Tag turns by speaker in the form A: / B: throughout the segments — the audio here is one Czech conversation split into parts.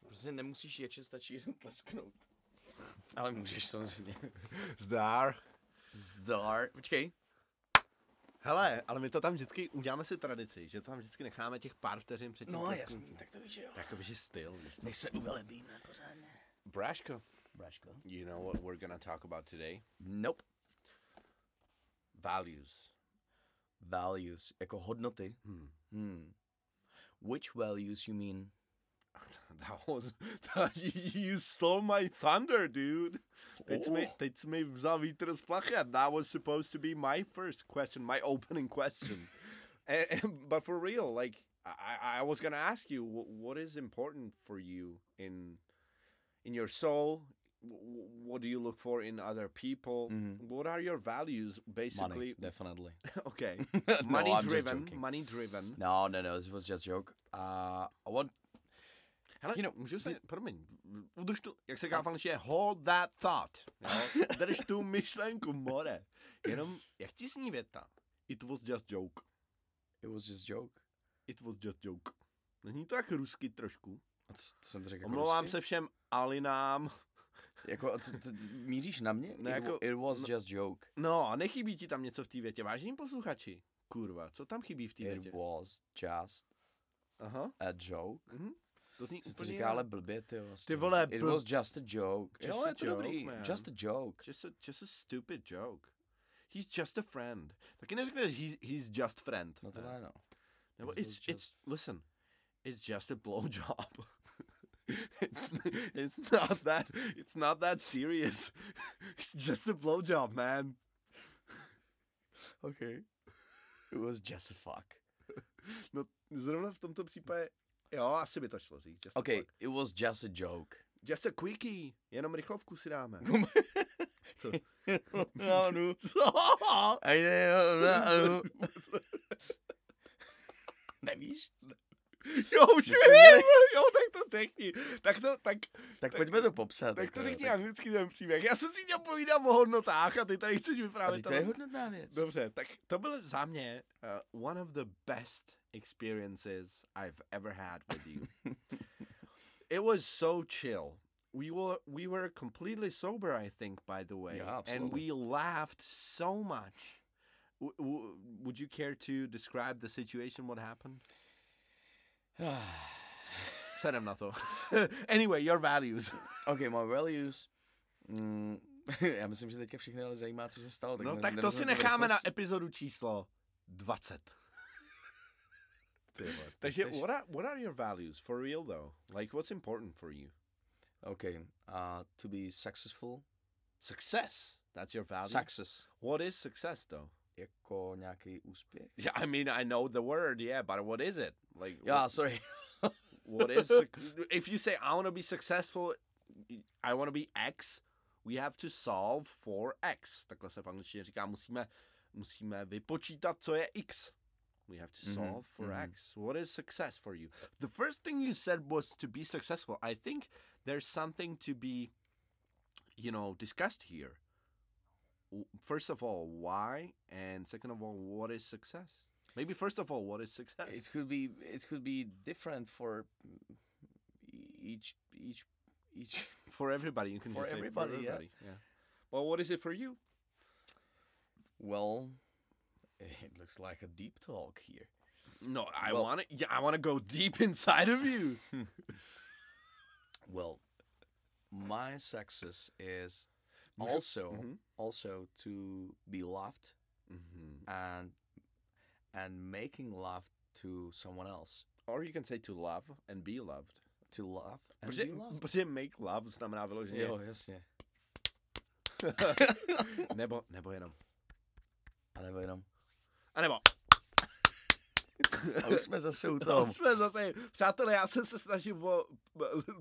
A: Prostě nemusíš ječet, stačí jenom tlesknout. Ale můžeš samozřejmě.
B: Zdar.
A: Zdar. Počkej.
B: Hele, ale my to tam vždycky uděláme si tradici, že to tam vždycky necháme těch pár vteřin před tím
A: No,
B: tlesknutím.
A: tak to víš, jo.
B: Takový, že styl. víš co.
A: Než se uvelebíme pořádně.
B: Bráško,
A: Braško.
B: you know what we're gonna talk about today?
A: Nope.
B: Values.
A: Values, jako hodnoty.
B: Hmm.
A: Hmm. Which values you mean?
B: That was, that, you stole my thunder, dude. Teď, jsi mi, teď jsi mi vzal vítr z plachet. That was supposed to be my first question, my opening question. and, and- but for real, like, I, I- I was gonna ask you, wh- what is important for you in in your soul? Wh- What do you look for in other people?
A: Mhm.
B: What are your values, basically?
A: definitely.
B: okay,
A: No,
B: money
A: I'm just
B: driven,
A: joking.
B: money driven.
A: No, no, no, this was just joke. Uh, I want...
B: Hele,
A: You know,
B: můžu se, promiň, udrž tu, jak se říká francouzsky, hold that thought. Jo? Drž tu myšlenku, more. Jenom, jak ti zní věta? It was just joke.
A: It was just joke.
B: It was just joke. Není to jak rusky trošku?
A: A co, co jsem to řekl? jako
B: Omlouvám
A: rusky?
B: se všem alinám.
A: Jako, a co, to, míříš na mě?
B: Ne,
A: it,
B: jako-
A: wa- it was
B: no-
A: just joke.
B: No, a nechybí ti tam něco v té větě. Vážení posluchači, kurva, co tam chybí v té větě?
A: It was just
B: Aha,
A: a joke.
B: mhm. to zní
A: Se
B: úplně
A: to říká
B: jinak.
A: ale blbě, ty jo, vlastně.
B: vole,
A: It
B: bl-
A: was just a joke.
B: Just
A: jo,
B: a
A: je to
B: joke,
A: dobrý.
B: man.
A: Just a joke.
B: Just a, just a stupid joke. He's just a friend. Taky neřekneš, he's, he's just friend.
A: No to
B: ne?
A: ne, no.
B: No,
A: This
B: it's
A: was
B: it's listen, it's just a blowjob. it's it's not that it's not that serious. It's just a blowjob, man.
A: Okay. It was just a fuck.
B: No, zrovna v tomto případě, jo, asi by to šlo říct. Just, a
A: Okay,
B: fuck.
A: it was just a joke.
B: just a quickie, jenom rychlovku si dáme. Co?
A: no, no.
B: Co?
A: A jde, jo, no, no. Nevíš?
B: Jo, už
A: My jsme měli-
B: jo, tak to řekni. Tak to, tak,
A: Tak pojďme to popsat.
B: tak to
A: jako,
B: řekni
A: tak-
B: anglicky ten příběh. Já jsem si tě povídám o hodnotách a ty tady chceš
A: Ale
B: vyprávět.
A: to je hodnotná věc.
B: Dobře, tak to byl za mě uh, one of the best experiences I've ever had with you. it was so chill. We were we were completely sober, I think, by the way,
A: Yeah,
B: and
A: absolutely.
B: we laughed so much. W- w- would you care to describe the situation? What happened? Sedem na to. anyway, your values.
A: OK, my values. Mm, já myslím, že teďka všechny ale zajímá, co se stalo.
B: No
A: ne-
B: tak to
A: nevezmeme
B: si necháme na
A: rychlost.
B: epizodu číslo 20.
A: Ty vole, ty
B: Takže
A: seš-
B: what are, what are your values for real though? Like what's important for you?
A: OK, uh, to be successful.
B: Success. That's your value.
A: Success.
B: What is success though?
A: Jako nějaký úspěch.
B: Yeah, I mean I know the word, yeah, but what is it? Like
A: Já, sorry.
B: what, what is suc- if you say I want to be successful, I want to be X, we have to solve for X. Takhle se v angličtině říká, musíme musíme vypočítat, co je X. We have to
A: Mhm,
B: solve for
A: mhm.
B: X. What is success for you? The first thing you said was to be successful. I think there's something to be, you know, discussed here. W- First of all, why? And second of all, what is success? Maybe first of all, what is success?
A: It could be it could be different for each each each
B: for everybody. You can
A: For
B: just
A: everybody,
B: say
A: yeah.
B: for everybody. Yeah. Well, what is it for you?
A: well it looks like a deep talk here.
B: No, I
A: Well-
B: want to. Yeah, I want to go deep inside of you.
A: Well, my success is
B: Můžu-
A: also also to be loved
B: Mm-hmm.
A: and and making love to someone else.
B: Or you can say to love and be loved.
A: To love and
B: Protože,
A: be loved.
B: protože make love znamená vyloženě.
A: Jo, jasně.
B: nebo, nebo jenom.
A: A nebo jenom.
B: A nebo.
A: A už jsme zase u toho.
B: jsme zase, přátelé, já jsem se snažil o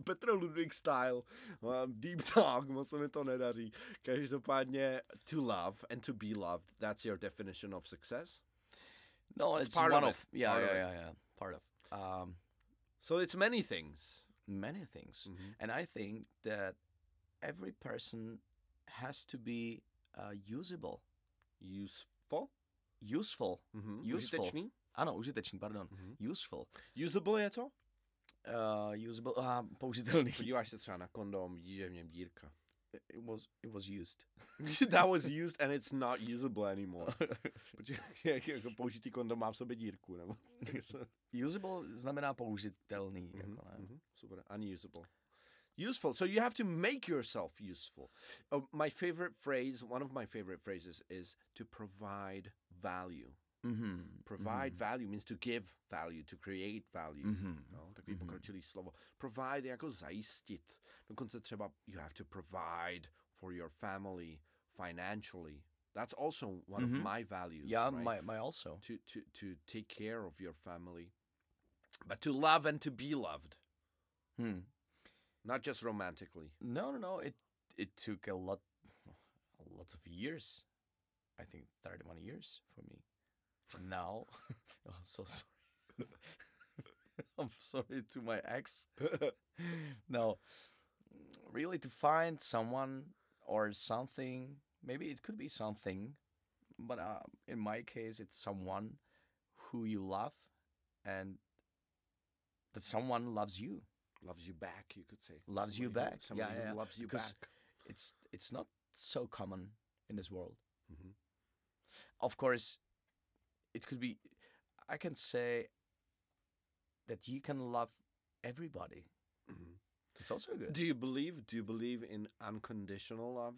B: Petro Ludwig style, mám deep talk, moc se mi to nedaří. Každopádně, to love and to be loved, that's your definition of success?
A: No, it's,
B: part of
A: one
B: it.
A: of, yeah,
B: Part of
A: yeah, yeah,
B: it.
A: yeah, part of. Um,
B: So it's many things.
A: many things,
B: Mm-hmm.
A: and I think that every person has to be uh, usable,
B: Useful?
A: useful. Ah,
B: Mhm.
A: Useful.
B: Užitečný?
A: Ano, užitečný, pardon. Useful.
B: Usable je to?
A: uh, usable, aha, použitelný.
B: Podíváš se třeba na kondom, vidíš, že je v něm dírka.
A: It was, it was used.
B: That was used and it's not usable anymore. Protože jako použitý kondom má v sobě dírku, nebo něco.
A: Usable znamená použitelný. Mm-hmm. Jako, ne?
B: Mhm, Super. Unusable. Useful. So you have to make yourself useful. Oh, my favorite phrase, one of my favorite phrases is to provide value.
A: Mm-hmm.
B: Provide value means to give value, to create value.
A: Mm-hmm.
B: No, takový pokročilý slovo. Provide je jako zajistit. Dokonce třeba you have to provide for your family financially. That's also one
A: Mhm.
B: of my values.
A: Yeah,
B: right?
A: my, my also.
B: to, to, to take care of your family, but to love and to be loved,
A: Hmm.
B: not just romantically.
A: No, no, no. It it took a lot, a lot of years. I think thirty-one years for me. Now, I'm so sorry. I'm sorry to my ex. no, really, to find someone or something. Maybe it could be something, but uh, in my case, it's someone who you love, and that someone loves you.
B: Loves you back, you could say.
A: Loves you
B: Somebody who-
A: back. Yeah,
B: Somebody who
A: yeah, yeah.
B: loves you
A: Because-
B: back.
A: it's it's not so common in this world.
B: Mhm.
A: Of course, it could be. I can say that you can love everybody.
B: Mhm.
A: It's also good.
B: Do you believe? Do you believe in unconditional love?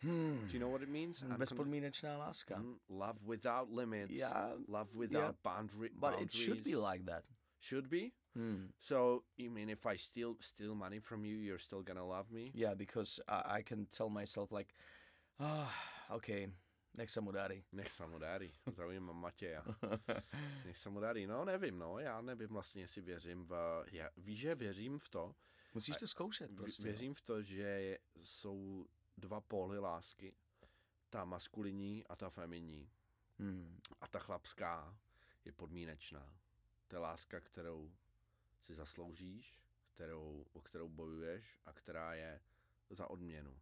A: Hmm.
B: Do you know what it means? Uncon-
A: Bezpodmínečná láska.
B: Mm, love without limits.
A: Yeah,
B: Love without boundary.
A: but it should be
B: boundaries.
A: like that.
B: Should be.
A: Hmm.
B: So you mean if I steal steal money from you, you're still gonna love me?
A: Yeah, because I, I can tell myself like, ah, okay, next time udari.
B: Nech samodárý. Zdravím Matěja. Nech samodárý. No nevím, no. Já nevím vlastně, jestli věřím v... Já, víš, že věřím v to?
A: Musíš
B: A-
A: to zkoušet
B: Vě-
A: prostě. jo.
B: Věřím v to, že jsou dva póly lásky. Ta maskulinní a ta femininní.
A: Hmm.
B: A ta chlapská je podmínečná. To je láska, kterou si zasloužíš, kterou, o kterou bojuješ a která je za odměnu.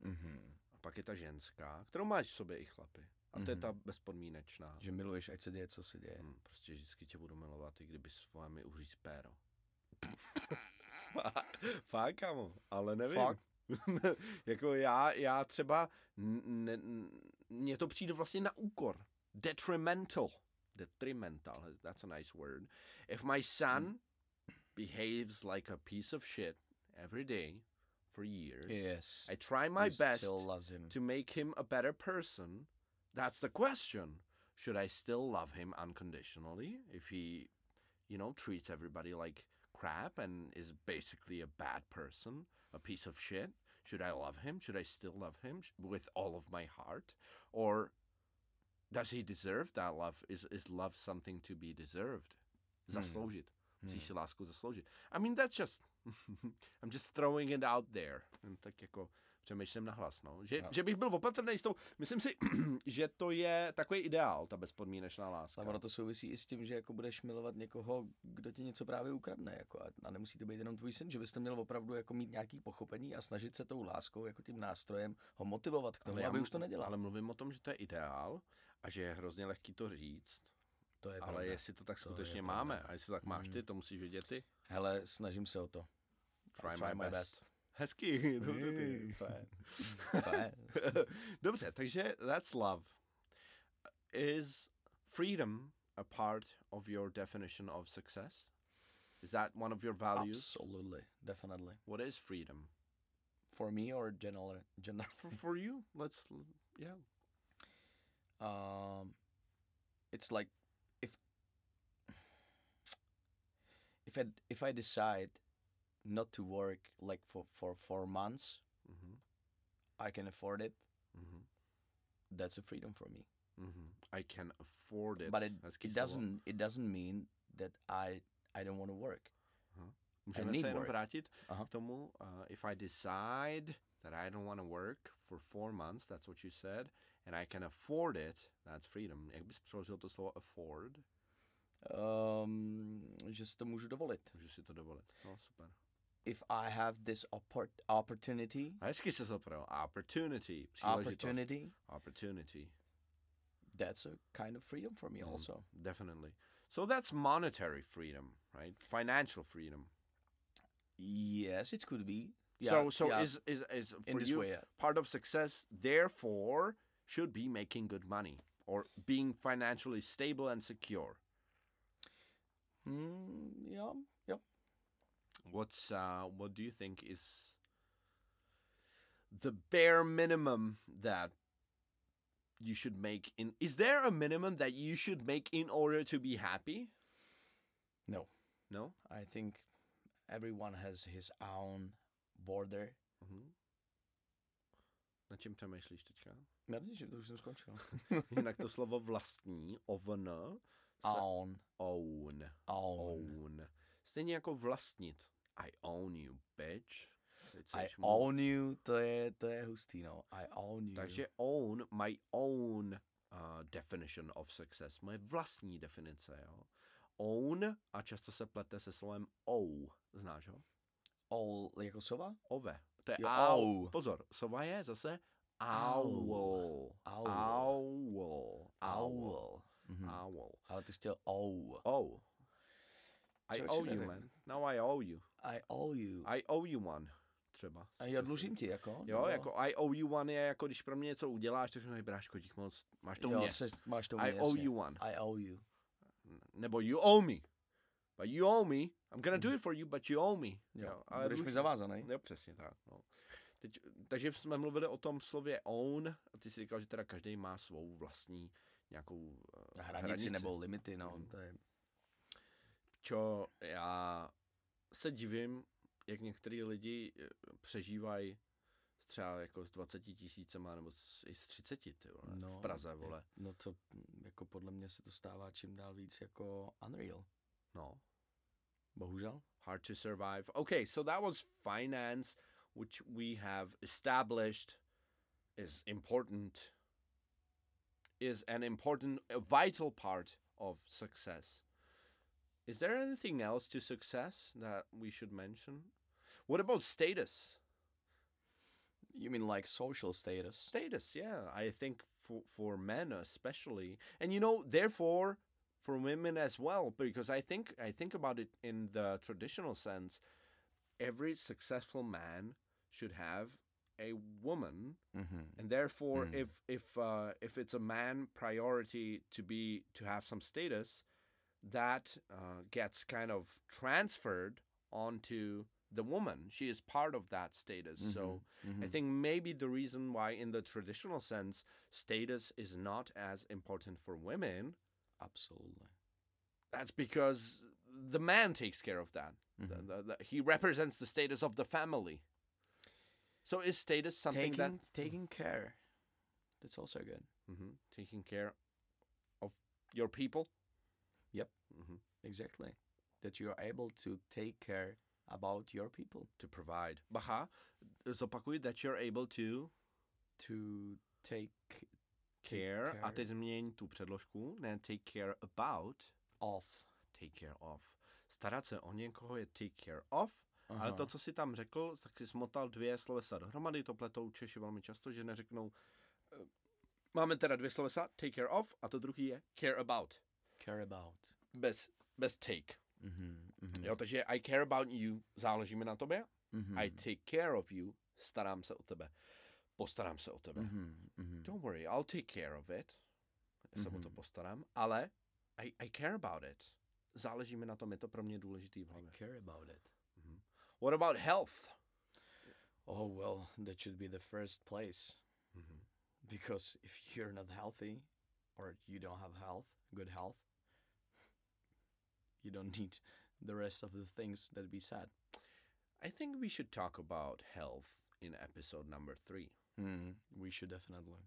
A: Mhm.
B: A pak je ta ženská, kterou máš v sobě i chlapy. A to je
A: Mhm.
B: ta bezpodmínečná.
A: Že miluješ, ať se děje, co se děje.
B: Hm, prostě vždycky tě budu milovat, i kdyby svoje mi uříz péro. Fakt, kámo, ale nevím.
A: Fakt?
B: jako já, já třeba, n- ne- n- mně to přijde vlastně na úkor. Detrimental. Detrimental, that's a nice word. If my son
A: Hmm.
B: behaves like a piece of shit every day for years,
A: Yes.
B: Mm. I try my
A: You
B: best
A: Still loves him.
B: to make him a better person? That's the question. Should I still love him unconditionally if he, you know, treats everybody like crap and is basically a bad person, a piece of shit? Should I love him? Should I still love him sh- with all of my heart? Or does he deserve that love? Is is love something to be deserved? Zasloužit. Musíš si lásku zasloužit. I mean, that's just... I'm just throwing it out there. Jen Tak jako přemýšlím nahlas, no. Že,
A: No.
B: že bych byl opatrný s tou... Myslím si, že to je takový ideál, ta bezpodmínečná láska.
A: Ale ono to souvisí i s tím, že jako budeš milovat někoho, kdo ti něco právě ukradne. Jako a, a nemusí to být jenom tvůj syn, že byste měl opravdu jako mít nějaký pochopení a snažit se tou láskou, jako tím nástrojem, ho motivovat k tomu,
B: já
A: aby
B: mu-
A: už to nedělal.
B: Ale mluvím o tom, že to je ideál a že je hrozně lehký to říct.
A: to je
B: ale
A: pravda.
B: jestli to tak
A: To
B: skutečně
A: je pravda.
B: máme a jestli to tak máš
A: Mm.
B: ty, to musíš vědět ty.
A: Hele, snažím se o to.
B: Try,
A: I try my best.
B: Hezký. to- to- to-
A: Jej.
B: fajn.
A: Fajn.
B: Dobře, takže that's love. Is freedom a part of your definition of success? Is that one of your values?
A: Absolutely, definitely.
B: What is freedom
A: For me or general, general
B: for, for you? Let's l- yeah.
A: um it's like if if i if i decide not to work like for for four months
B: Mhm,
A: i can afford it
B: mhm,
A: that's a freedom for me
B: mhm. I can afford it.
A: but it,
B: Hezký
A: it
B: slovo.
A: doesn't it doesn't mean that i i don't want to work
B: Můžeme
A: need
B: se jenom
A: work. Uh-huh.
B: vrátit
A: Aha.
B: k tomu. Uh, if I decide that I don't want to work for four months, that's what you said, and I can afford it, that's freedom. Jak bys přeložil to slovo afford?
A: um že si to můžu dovolit
B: Můžu si to dovolit. No, super.
A: if i have this oppor- opportunity
B: A hezky se zopral. Opportunity. Příležitost.
A: opportunity
B: Opportunity.
A: that's a kind of freedom for me
B: Mhm.
A: also
B: Definitely. So that's monetary freedom, right? Financial freedom.
A: Yes, it could be. Yeah,
B: so so
A: yeah,
B: is is is for
A: in this
B: you
A: way. yeah.
B: part of success therefore should be making good money or being financially stable and secure.
A: Mm, yeah.
B: What's uh what do you think is the bare minimum that you should make in is there a minimum that you should make in order to be happy?
A: No,
B: No?
A: I think everyone has his own border. Mm-hmm.
B: Mhm. Na čem přemýšlíš teďka?
A: Já
B: er
A: nevím, že to už jsem skončil.
B: Jinak to slovo vlastní, ovn, se
A: Own,
B: own,
A: own.
B: own. Stejně jako vlastnit. I own you, bitch. Teď
A: I
B: seš mu-
A: own you, to je, to je hustý, no. I own you.
B: Takže own, my own uh, definition of success, moje vlastní definice, jo. Own a často se plete se slovem ow, znáš ho?
A: All, jako sova?
B: Ove. To je
A: Jo,
B: ow.
A: ow.
B: Pozor, sova je zase
A: Owl.
B: owl.
A: Owl.
B: Owl. Hmm. Owl.
A: Owl. Mhm.
B: Owl.
A: Ale ty jsi chtěl ow.
B: Oh. I
A: Co,
B: owe
A: že
B: you,
A: nevím.
B: man. Now I owe you.
A: I owe you.
B: I owe you one, třeba.
A: A
B: si
A: já
B: představím.
A: dlužím ti, jako?
B: Jo,
A: nebo-
B: jako I owe you one je jako, když pro mě něco uděláš, tak říkáš, bráško, dík moc, máš to
A: jo,
B: mě.
A: Se, máš to
B: I
A: mě,
B: owe
A: jasně.
B: you one.
A: I owe you.
B: Nebo you owe me. But you owe me. I'm gonna do it for you, but you owe me.
A: Mm. Jo,
B: ale
A: budeš mi
B: dlužím.
A: zavázaný.
B: Jo, přesně tak. No. Teď, takže jsme mluvili o tom slově own a ty si říkal, že teda každý má svou vlastní nějakou eh,
A: Hranici, Hranici nebo limity, no.
B: Mhm.
A: To je...
B: Čo, já se divím, jak některý lidi eh, přežívají s třeba jako s 20 tisícema nebo s, i s 30 ty vole, no,
A: No,
B: v Praze,
A: jak-
B: vole.
A: No to jako podle mě se to stává čím dál víc jako unreal.
B: No.
A: Bohužel.
B: Hard to survive. Okay, so that was finance, which we have established is important, is an important, a vital part of success. Is there anything else to success that we should mention? What about status?
A: You mean like social status?
B: status yeah i think for for men especially and you know therefore for women as well because i think i think about it in the traditional sense every successful man should have a woman
A: Mm-hmm.
B: and therefore
A: Mm.
B: if if uh, if it's a man priority to be to have some status that uh, gets kind of transferred onto the woman she is part of that status
A: Mm-hmm.
B: so
A: Mhm. Mm.
B: I think maybe the reason why, in the traditional sense, status is not as important for women,
A: absolutely.
B: that's because the man takes care of that. The-
A: Mhm.
B: the- the- he represents the status of the family. So is status something
A: Taking
B: that
A: taking care. That's also good.
B: Mhm. taking care of your people?
A: Yep.
B: hmm
A: Exactly. That you are able to take care about your people
B: To provide. Baha, zopakuj that you're able to
A: to take Take
B: care. A
A: care.
B: teď změň tu předložku. Ne take care about,
A: off.
B: take care of. Starat se o někoho je take care of,
A: Uh-huh.
B: ale to, co si tam řekl, tak si smotal dvě slovesa dohromady, to pletou Češi velmi často, že neřeknou, eh, máme teda dvě slovesa, take care of, a to druhý je care about,
A: care about.
B: bez, bez take.
A: Mm-hmm. Mm-hmm.
B: Jo, takže I care about you, záleží mi na tobě,
A: Mm-hmm.
B: I take care of you, starám se o tebe, postarám se o tebe. Don't worry, I'll take care of it. Já se o to
A: Mhm.
B: postarám, ale I, I care about it. Záleží mi na tom, je to pro mě důležitý v hlavě.
A: I care about it.
B: What about health?
A: Oh well, that should be the first place
B: Mhm.
A: because if you're not healthy or you don't have health, good health, you don't need the rest of the things that we said.
B: I think we should talk about health in episode number three.
A: Mm. We should definitely.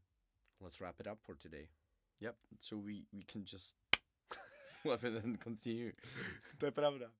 B: Let's wrap it up for today.
A: Yep. So we we can just slap it and continue.
B: To je pravda.